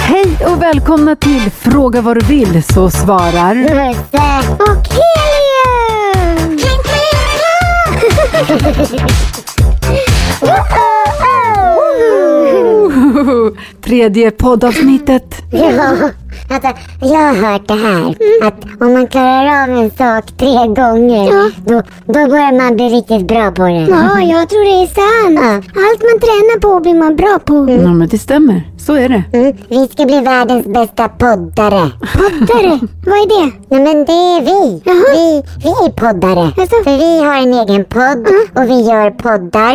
Hej och välkomna till Fråga vad du vill så svarar Musse och Helium! Kling, kling, kling! Woho! tredje poddavsnittet. Ja, alltså, jag har hört det här att om man klarar av en sak tre gånger då, då börjar man bli riktigt bra på det. Ja, jag tror det är sant. Allt man tränar på blir man bra på. Ja, men det stämmer. Så är det. Mm, vi ska bli världens bästa poddare. Poddare? Vad är det? Nej men det är vi. Vi, vi är poddare. För vi har en egen podd och vi gör poddar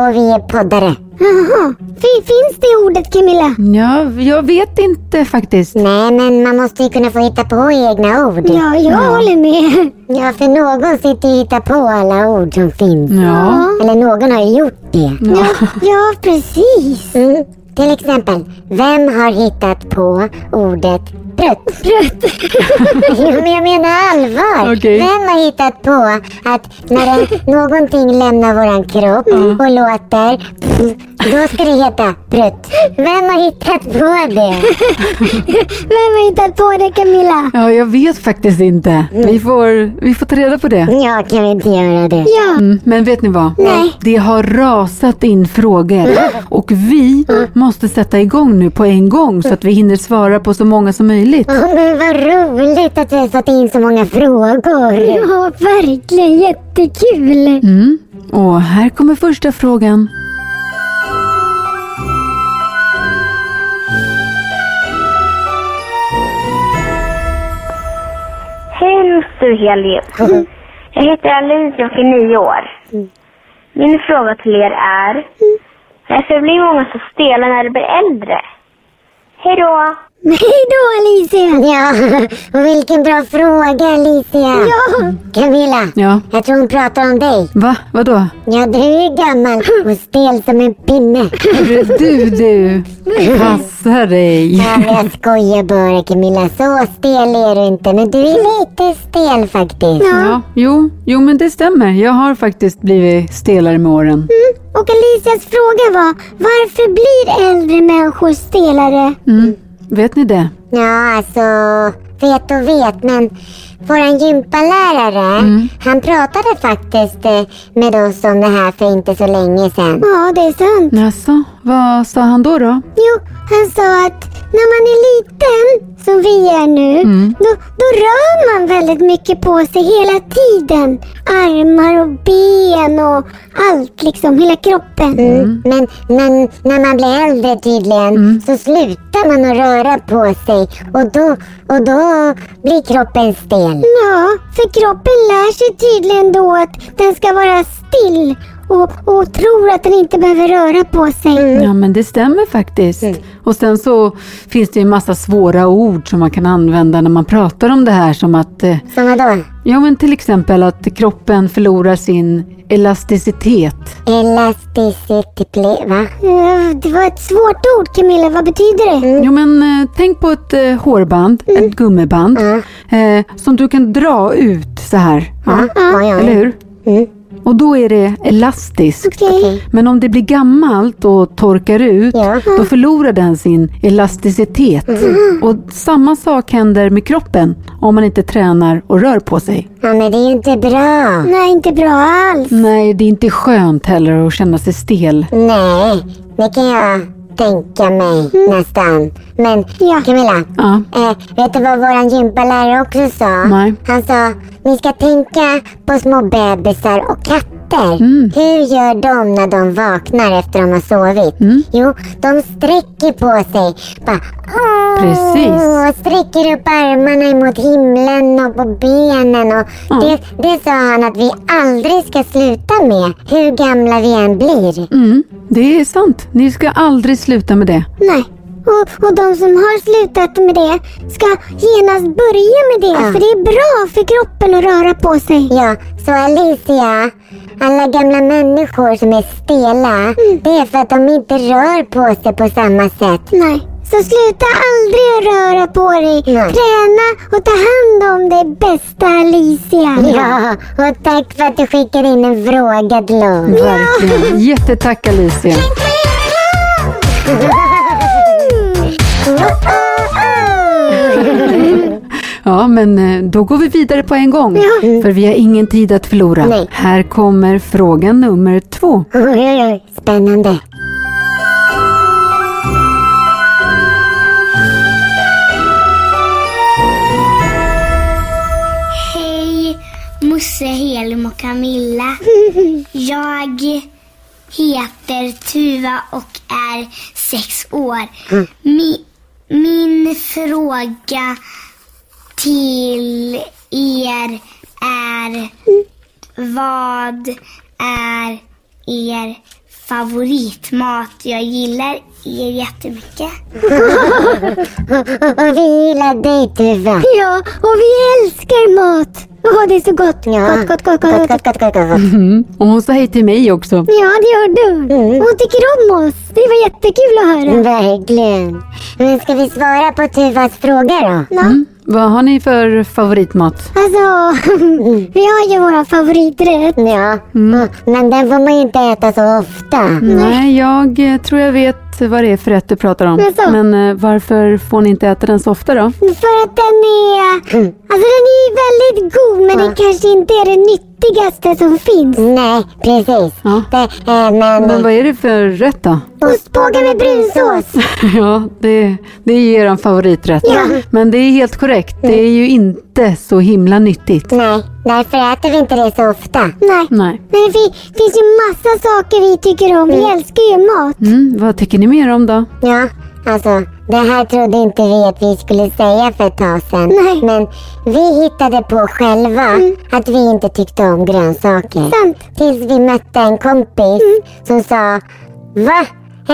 och vi är poddare. Mm. Jaha. Finns det ordet Camilla? Ja, jag vet inte faktiskt. Nej men man måste ju kunna få hitta på egna ord. Ja, jag håller med. Ja, för någon sitter ju och hittar på alla ord som finns. Ja. Eller någon har ju gjort det. Ja. ja precis. Mm. Till exempel, vem har hittat på ordet prutt? Prutt. jo, men jag menar allvar. Okej. Vem har hittat på att när en, någonting lämnar våran kropp och låter, då ska det heta prutt. Vem har hittat på det? vem har hittat på det, Camilla? Ja, jag vet faktiskt inte. Vi får, vi får ta reda på det. Ja, kan vi inte göra det? Ja. Mm, men vet ni vad? Nej. Det har rasat in frågor och vi måste sätta igång nu på en gång så att vi hinner svara på så många som möjligt. men vad roligt att vi har fått in så många frågor. Ja, verkligen. Jättekul. Mm. Och här kommer första frågan. Hej Musse och Helius. Mm. Jag heter Alice och är nio år. Min fråga till er är Mm. varför blir många så stela när de blir äldre? Hej då! Hej då Alicia! Ja, och vilken bra fråga Alicia! Ja! Camilla, Ja. jag tror hon pratar om dig. Va? Vadå? Ja, du är gammal och stel som en pinne. Du, du. Passa dig. Ja, men jag skojar bara Camilla, så stel är du inte. Men du är lite stel faktiskt. Ja, jo, jo men det stämmer. Jag har faktiskt blivit stelare med åren. Mm. Och Alicias fråga var, varför blir äldre människor stelare? Mm. Vet ni det? Ja, alltså, vet och vet, men våran gympalärare, han pratade faktiskt eh, med oss om det här för inte så länge sedan. Ja, det är sant. Jaså, vad sa han då? då? Jo, han sa att när man är liten, som vi är nu, då, då rör man väldigt mycket på sig hela tiden. Armar och ben och allt liksom, hela kroppen. Mm. Men, men när man blir äldre tydligen så slutar man att röra på sig och då, och då blir kroppen stel. Ja, för kroppen lär sig tydligen då att den ska vara still och, och tror att den inte behöver röra på sig. Ja men det stämmer faktiskt. Och sen så finns det ju en massa svåra ord som man kan använda när man pratar om det här som att, eh, Så vadå? ja men till exempel att kroppen förlorar sin elasticitet. Elasticitet, va? Eh, Det var ett svårt ord Camilla, vad betyder det? Jo men eh, tänk på ett eh, hårband, ett gummiband, eh, som du kan dra ut så här. Ja. Ja, ja. Eller hur? Mm. Och då är det elastiskt. Okej. Men om det blir gammalt och torkar ut, Ja. Mm. då förlorar den sin elasticitet. Och samma sak händer med kroppen om man inte tränar och rör på sig. Ja men det är ju inte bra. Nej, inte bra alls. Nej, det är inte skönt heller att känna sig stel. Nej, det kan jag tänka mig nästan. Men Camilla, Ja. eh, vet du vad våran gympalärare också sa? Nej. Han sa, ni ska tänka på små bebisar och katter. Mm. Hur gör de när de vaknar efter de har sovit? Mm. Jo, de sträcker på sig. Bara, "Åh!" Precis. och sträcker upp armarna mot himlen och på benen. Och Ja. det, det sa han att vi aldrig ska sluta med, hur gamla vi än blir. Mm, det är sant. Ni ska aldrig sluta med det. Nej. Och, och de som har slutat med det ska genast börja med det. För det är bra för kroppen att röra på sig. Ja, så Alicia, alla gamla människor som är stela, det är för att de inte rör på sig på samma sätt. Nej. Så sluta aldrig att röra på dig. Träna och ta hand om dig bästa Alicia. Ja, och tack för att du skickade in en fråga till oss. Verkligen. Jättetack Alicia. Woho! Ja, men eh, då går vi vidare på en gång. Ja. För vi har ingen tid att förlora. Nej. Här kommer fråga nummer två. Oj, oj, oj. Spännande. Hej Musse, Helim och Camilla. Jag heter Tuva och är sex år. Mi, min fråga till er är vad är er favoritmat? Jag gillar er jättemycket. Och vi gillar dig Tuva. Ja, Och vi älskar mat. Åh, det är så gott. Ja. Gott, gott, gott, gott, gott, gott, gott, gott, Mm. Och hon sa hej till mig också. Ja, det gör du. hon tycker om oss. Det var jättekul att Mm. höra. Verkligen. Men ska vi svara på Tuvas fråga då? Mm. Vad har ni för favoritmat? Alltså, Vi har ju våra favoriträtt. ja. Men den får man ju inte äta så ofta. Nej, jag eh, tror jag vet vad det är för rätt du pratar om. Jaså? Men eh, varför får ni inte äta den så ofta då? För att den är... Alltså den är ju väldigt god men den kanske inte är den nyttigaste som finns. Nej, precis. Ja. Det, eh, men Men vad är det för rätt då? Mm. Ostbågar med brunsås. Ja, det, det är er favoriträtt. Men det är helt korrekt. Det är ju inte så himla nyttigt. nej, därför äter vi inte det så ofta. Nej. Nej. Men det fin- finns ju massa saker vi tycker om. Vi älskar ju mat. Mm, vad tycker ni mer om då? Ja, alltså det här trodde inte vi att vi skulle säga för ett tag sedan. Nej. Mm. Men vi hittade på själva att vi inte tyckte om grönsaker. Sant. Mm. Tills vi mötte en kompis som sa Va?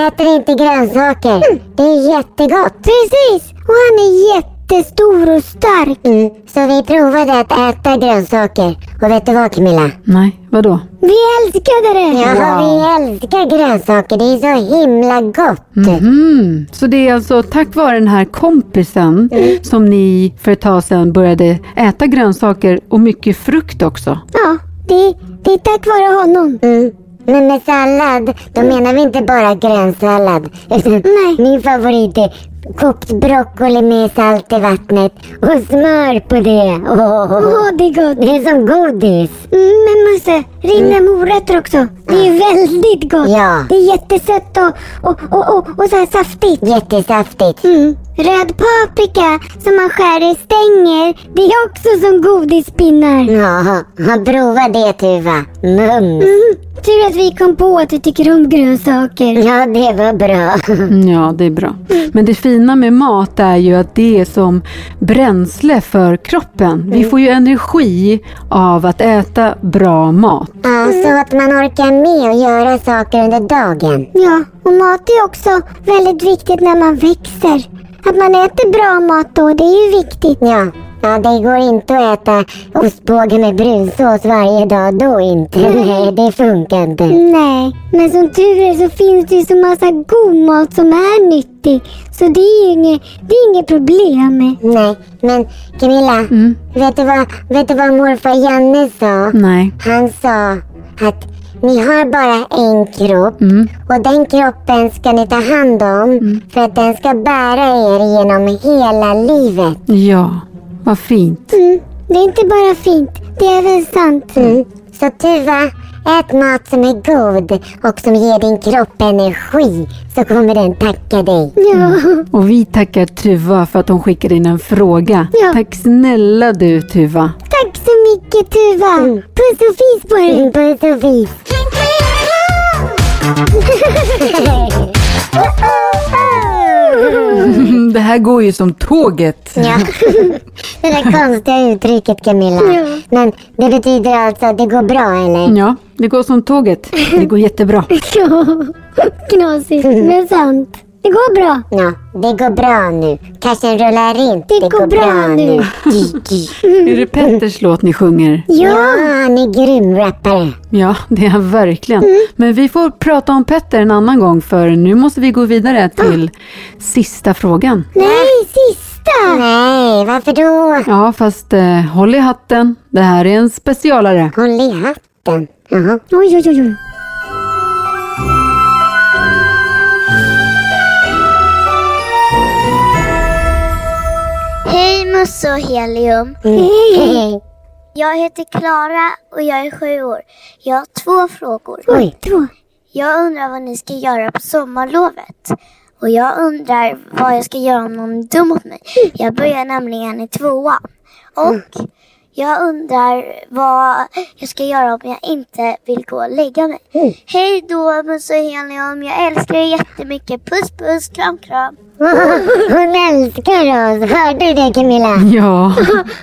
Äter ni inte grönsaker? Det är jättegott. Mm. Precis. Och han är jättestor och stark. Mm. Så vi provade att äta grönsaker. Och vet du vad Camilla? Nej, vadå? Vi älskade det. Ja, vi älskar grönsaker. Det är så himla gott. Mm. Så det är alltså tack vare den här kompisen som ni för ett tag sedan började äta grönsaker och mycket frukt också. Ja, det, det är tack vare honom. Mm. Men med sallad, då menar vi inte bara grönsallad. Utan Nej. Min favorit är kokt broccoli med salt i vattnet och smör på det. Åh, Åh, det är gott. Det är som godis. Mm. Mm, men Musse, rimliga morötter också. Det är väldigt gott. Ja. Det är jättesött och, och, och, och, och så här saftigt. Jättesaftigt. Mm. Röd paprika som man skär i stänger, det är också som godispinnar. Ja, prova det Tuva. Mums. Mm. Tur att vi kom på att du tycker om grönsaker. Ja, det var bra. Mm, Ja, det är bra. Men det fina med mat är ju att det är som bränsle för kroppen. Vi får ju energi av att äta bra mat. Ja, så Mm. att man orkar med att göra saker under dagen. Ja, och mat är också väldigt viktigt när man växer. Att man äter bra mat då, det är ju viktigt. Ja, ja det går inte att äta ostbåge med brunsås varje dag då inte. Nej, det funkar inte. Nej, men som tur är så finns det ju så massa god mat som är nyttig. Så det är ju inget, det är inget problem. Nej, men Camilla, Mm. vet, du vad, vet du vad morfar Janne sa? Nej. Han sa att ni har bara en kropp Mm. och den kroppen ska ni ta hand om för att den ska bära er genom hela livet. Ja, vad fint. Mm. Det är inte bara fint, det är även sant. Så Tuva, ät mat som är god och som ger din kropp energi så kommer den tacka dig. Ja. Och vi tackar Tuva för att hon skickade in en fråga. Ja. Tack snälla du Tuva. Tack så mycket Tuva! Puss och fis på dig! Puss och vis. Det här går ju som tåget. Ja. Det där konstiga uttrycket Camilla. Ja. Men det betyder alltså att det går bra eller? Ja, det går som tåget. Det går jättebra. Knasigt, men sant. Det går bra. Ja, det går bra nu. Cashen rullar in. Det går bra nu. Gy, gy. Är det Petters låt ni sjunger? Ja, han är grym rappare. Ja, det är han verkligen. Mm. Men vi får prata om Petter en annan gång för nu måste vi gå vidare till sista frågan. Nej, sista! Nej, varför då? Ja, fast eh, håll i hatten. Det här är en specialare. Håll i hatten. Jaha. Oj, oj, oj. oj. Hej Puss och helium. Hej. Jag heter Klara och jag är sju år. Jag har två frågor. Oj, två. Jag undrar vad ni ska göra på sommarlovet. Och jag undrar vad jag ska göra om någon är dum mot mig. Jag börjar nämligen i tvåan. Och jag undrar vad jag ska göra om jag inte vill gå och lägga mig. Hej. Hej då Musse och Helium. Jag älskar er jättemycket. Puss puss, kram kram. Hon älskar oss. Hörde du det Camilla? Ja,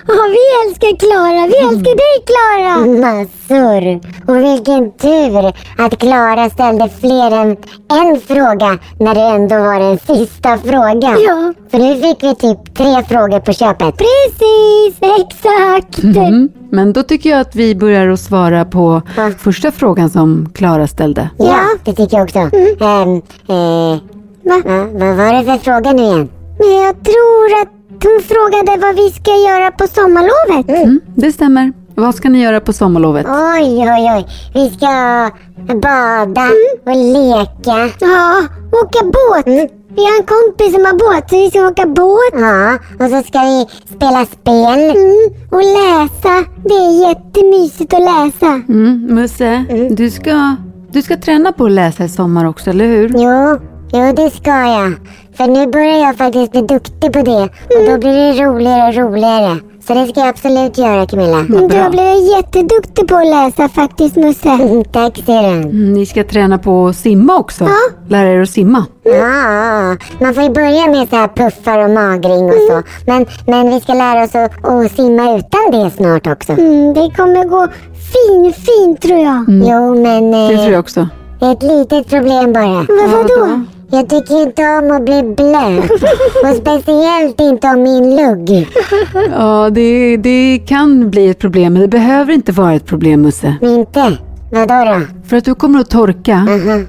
Ja, vi älskar Klara. Vi älskar dig Klara. Massor. Och vilken tur att Klara ställde fler än en fråga när det ändå var den sista frågan. Ja. För nu fick vi typ tre frågor på köpet. Precis, exakt. mm. men då tycker jag att vi börjar att svara på Ja. första frågan som Klara ställde. Ja, det tycker jag också. Ehm, eh, Va? va, vad var det för fråga nu igen? Men jag tror att hon frågade vad vi ska göra på sommarlovet. Mm, det stämmer. Vad ska ni göra på sommarlovet? Oj, oj, oj. Vi ska bada och leka. Ja, åka båt. Vi har en kompis som har båt så vi ska åka båt. Ja, och så ska vi spela spel. Mm. Och läsa. Det är jättemysigt att läsa. Mm, Musse, du, ska, du ska träna på att läsa i sommar också, eller hur? Jo, jo det ska jag. För nu börjar jag faktiskt bli duktig på det. Och då blir det roligare och roligare. Så det ska jag absolut göra Camilla. Vad Du bra. har blivit jätteduktig på att läsa faktiskt Musse. Mm, Tack ser du. Mm, Ni ska träna på att simma också. Lära er att simma. Ja, man får ju börja med så här puffar och magring och så. Men, men vi ska lära oss att, att simma utan det snart också. Mm, det kommer gå fin, fin tror jag. Jo, men Det eh, tror jag också. det är ett litet problem bara. Men vadå? vadå? Jag tycker ju inte om att bli blöt. Och speciellt inte om min lugg. Ja, det, det kan bli ett problem, men det behöver inte vara ett problem, Musse. Men inte? Vadå då? För att du kommer att torka.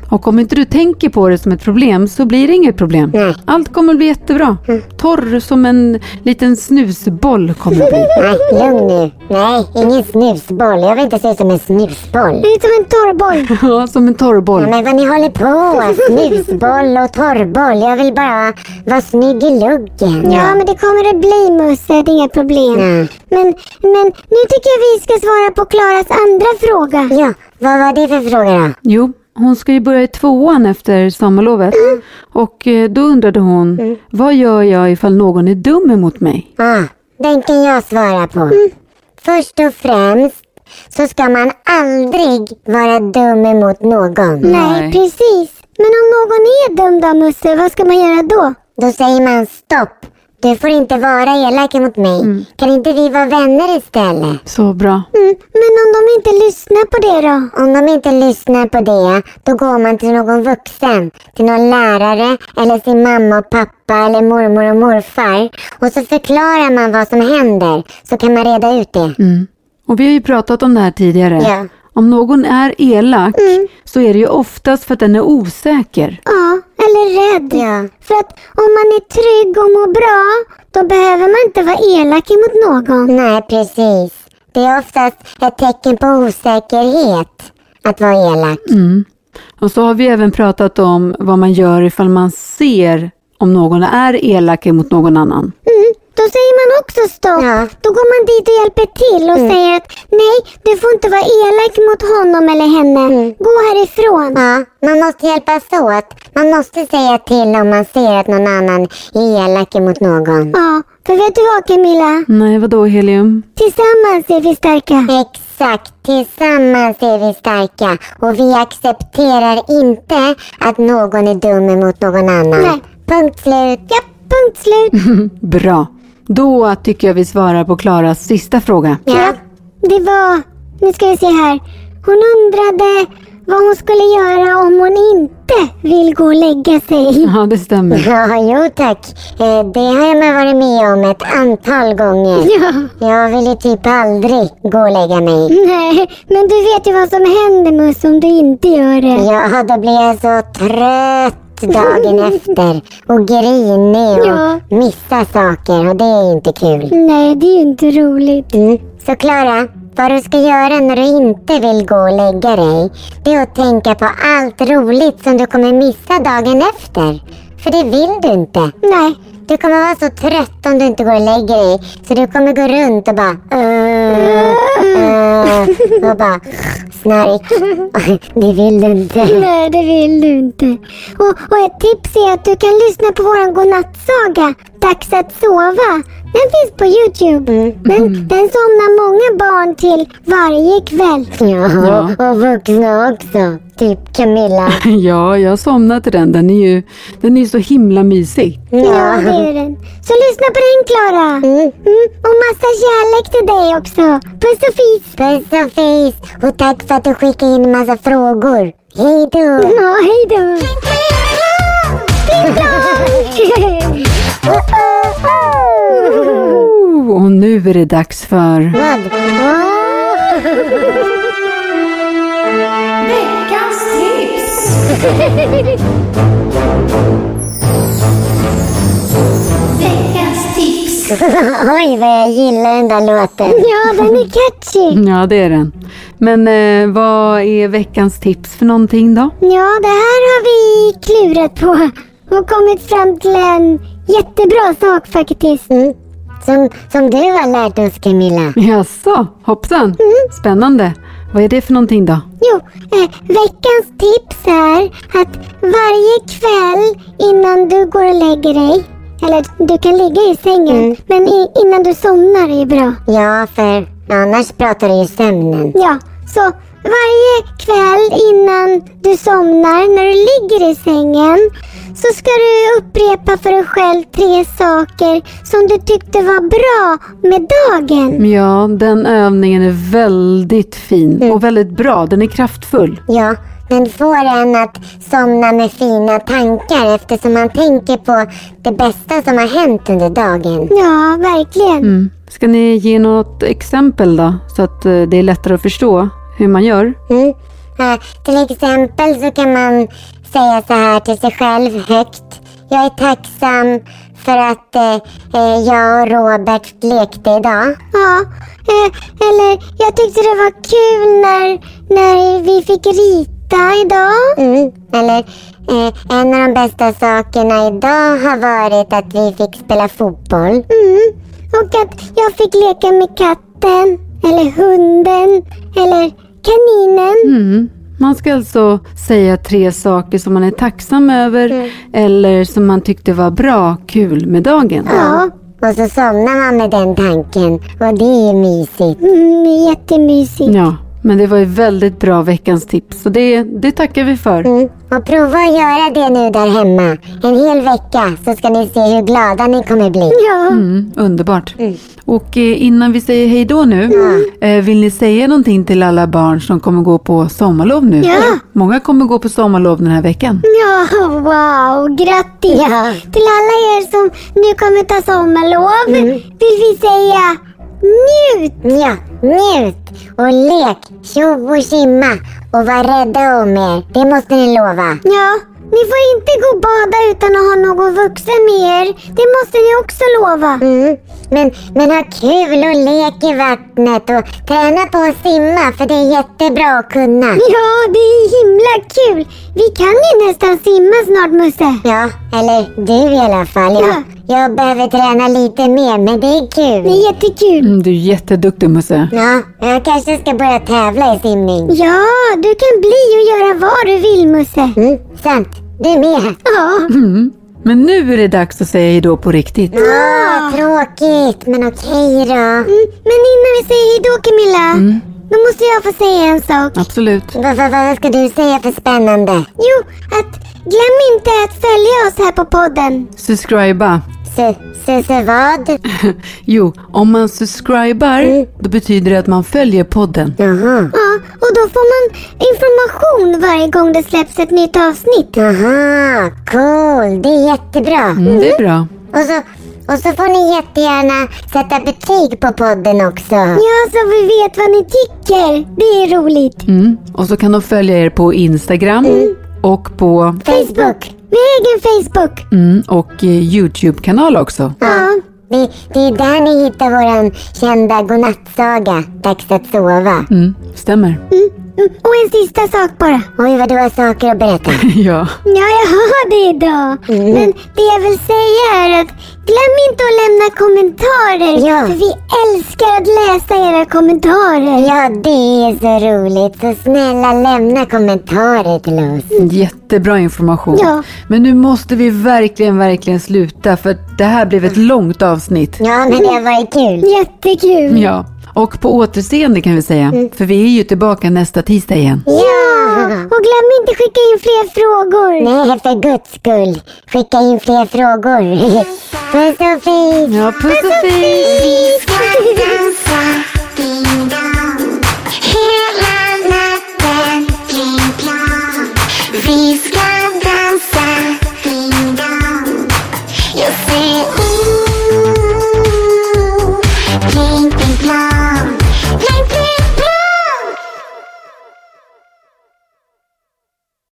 Och om inte du tänker på det som ett problem så blir det inget problem. Nej. Allt kommer att bli jättebra. Torr som en liten snusboll kommer du bli. Nej, lugn nu. Nej, ingen snusboll. Jag vill inte se ut som en snusboll. Det är som en torrboll. Ja, som en torrboll. Ja, men vad ni håller på. Snusboll och torrboll. Jag vill bara vara snygg i luggen. Ja, men det kommer det bli Musse. Det är inga problem. Mm. Men, men nu tycker jag vi ska svara på Klaras andra fråga. Ja, vad var det för fråga då? Jo, hon ska ju börja i tvåan efter sommarlovet. Och eh, då undrade hon, vad gör jag ifall någon är dum emot mig? Ah, den kan jag svara på. Mm. Först och främst så ska man aldrig vara dum emot någon. Nej. Nej, precis. Men om någon är dum då Musse, vad ska man göra då? Då säger man stopp. Du får inte vara elak mot mig. Kan inte vi vara vänner istället? Så bra. Mm, men om de inte lyssnar på det då? Om de inte lyssnar på det, då går man till någon vuxen. Till någon lärare, eller sin mamma och pappa, eller mormor och morfar. Och så förklarar man vad som händer, så kan man reda ut det. Mm. Och vi har ju pratat om det här tidigare. Ja. Om någon är elak så är det ju oftast för att den är osäker. Ja, eller rädd. Ja. För att om man är trygg och mår bra, då behöver man inte vara elak emot någon. Nej, precis. Det är oftast ett tecken på osäkerhet att vara elak. Mm. Och så har vi även pratat om vad man gör ifall man ser om någon är elak mot någon annan. Mm, då säger man också stopp. Ja. Mm. Då går man dit och hjälper till och säger att nej, du får inte vara elak mot honom eller henne. Mm. Gå härifrån. Ja, man måste hjälpas åt. Man måste säga till om man ser att någon annan är elak mot någon. Ja, för vet du vad Camilla? Nej, vadå Helium? Tillsammans är vi starka. Exakt, tillsammans är vi starka och vi accepterar inte att någon är dum emot någon annan. Nej. Punkt slut. Ja, punkt slut. Bra. Då tycker jag vi svarar på Klaras sista fråga. Ja, det var... Nu ska vi se här. Hon undrade vad hon skulle göra om hon inte vill gå och lägga sig. Ja, det stämmer. Ja, jo tack. Eh, Det har man varit med om ett antal gånger. Ja, Jag vill ju typ aldrig gå och lägga mig. nej, men du vet ju vad som händer Muss om du inte gör det. Ja, då blir jag så trött dagen efter och grinig och Ja. missar saker och det är inte kul. Nej, det är ju inte roligt. Mm. Så Klara, vad du ska göra när du inte vill gå och lägga dig, det är att tänka på allt roligt som du kommer missa dagen efter. För det vill du inte. Nej. Du kommer vara så trött om du inte går och lägger dig. Så du kommer gå runt och bara... Uh, uh, och bara... Snark. Det vill du inte. Nej, det vill du inte. Och, och ett tips är att du kan lyssna på vår godnattsaga Dags att sova. Den finns på Youtube. Den, den somnar många barn till varje kväll. Ja, och vuxna också. Typ Camilla. Ja, jag somnade till den. Den är ju den är ju så himla mysig. Ja, det är den. Så lyssna på den, Klara. Mm. Mm, och massa kärlek till dig också. Puss och fis. Puss och fis. Och tack för att du skickade in en massa frågor. Hej då! Ja, hej då. Oh, och nu är det dags för... Vad? Veckans tips! Oj, vad jag gillar den där låten. Ja, den är catchy. Ja, det är den. Men eh, vad är veckans tips för någonting då? Ja, det här har vi klurat på och kommit fram till en jättebra sak faktiskt. Mm. Som, som du har lärt oss Camilla. Jaså, hoppsan. Spännande. Vad är det för någonting då? Jo, eh, veckans tips är att varje kväll innan du går och lägger dig, eller du kan ligga i sängen, men i, innan du somnar är bra. Ja, för annars pratar du ju sömnen. Ja, så varje kväll innan du somnar, när du ligger i sängen, så ska du upprepa för dig själv tre saker som du tyckte var bra med dagen. Ja, den övningen är väldigt fin och väldigt bra. Den är kraftfull. Ja, den får en att somna med fina tankar eftersom man tänker på det bästa som har hänt under dagen. Ja, verkligen. Mm. Ska ni ge något exempel då? Så att eh, det är lättare att förstå hur man gör. Mm. Eh, till exempel så kan man säga så här till sig själv högt. Jag är tacksam för att eh, eh, jag och Robert lekte idag. Ja, eh, eller jag tyckte det var kul när, när vi fick rita idag. Mm. Eller eh, en av de bästa sakerna idag har varit att vi fick spela fotboll. Mm. Och att jag fick leka med katten, eller hunden, eller kaninen. Mm. Man ska alltså säga tre saker som man är tacksam över eller som man tyckte var bra, kul med dagen. Ja, Och så somnar man med den tanken och det är ju mysigt. mm, jättemysigt. Ja, men det var ju väldigt bra veckans tips. Så det, det tackar vi för. Mm. Och prova att göra det nu där hemma. En hel vecka så ska ni se hur glada ni kommer bli. Ja, Mm, underbart. Och eh, innan vi säger hej då nu, eh, vill ni säga någonting till alla barn som kommer gå på sommarlov nu? Ja. Många kommer gå på sommarlov den här veckan. ja wow, grattis! Ja. Till alla er som nu kommer ta sommarlov vill vi säga njut! Ja, njut och lek tjo och tjimma och var rädda om er. Det måste ni lova. Ja, ni får inte gå och bada utan att ha någon vuxen med er. Det måste ni också lova. Mm. Men, men ha kul och lek i vattnet och träna på att simma för det är jättebra att kunna. Ja, det är himla kul. Vi kan ju nästan simma snart Musse. Ja, eller du i alla fall. Jag, jag behöver träna lite mer men det är Det kul. är jättekul. Mm, du är jätteduktig Musse. Ja, jag kanske ska börja tävla i simning. Ja, du kan bli och göra vad du vill Musse. Mm, sant. Du med. Ja, Men nu är det dags att säga hej då på riktigt. Ah, tråkigt, men okej då. mm, men innan vi säger hejdå Camilla, Mm. då måste jag få säga en sak. Absolut. Vad, vad, vad ska du säga för spännande? Jo, att glöm inte att följa oss här på podden. Subscriba. Su, su, su vad? Jo, om man Mm. subscribar, då betyder det att man följer podden. Jaha. Ja, och då får man information varje gång det släpps ett nytt avsnitt. Aha, cool. Det är jättebra. Mm, det är bra. Och, så, och så får ni jättegärna sätta betyg på podden också. Ja, så vi vet vad ni tycker. Det är roligt. Mm. Och så kan de följa er på Instagram Mm. och på Facebook. Vi har egen Facebook. mm, och eh, Youtube-kanal också. Ja. Det, det är där ni hittar våran kända godnattsaga, Dags att sova. Mm, stämmer. Mm. Mm, Och en sista sak bara. Oj, vad du har saker att berätta. ja. Ja, jag har det idag. Mm. Men det jag vill säga är att glöm inte att lämna kommentarer. Ja. För vi älskar att läsa era kommentarer. Ja, det är så roligt. Så snälla lämna kommentarer till oss. Jättebra information. Ja. Men nu måste vi verkligen, verkligen sluta för det här blev ett långt avsnitt. Ja, men det har varit kul. Jättekul. Ja. Och på återseende kan vi säga, för vi är ju tillbaka nästa tisdag igen. Ja, och glöm inte skicka in fler frågor. Nej, för guds skull. Skicka in fler frågor. Puss och fis! Ja, puss och fis! Vi ska dansa ding-dong hela natten pling-plong Vi ska dansa ding-dong Jag ser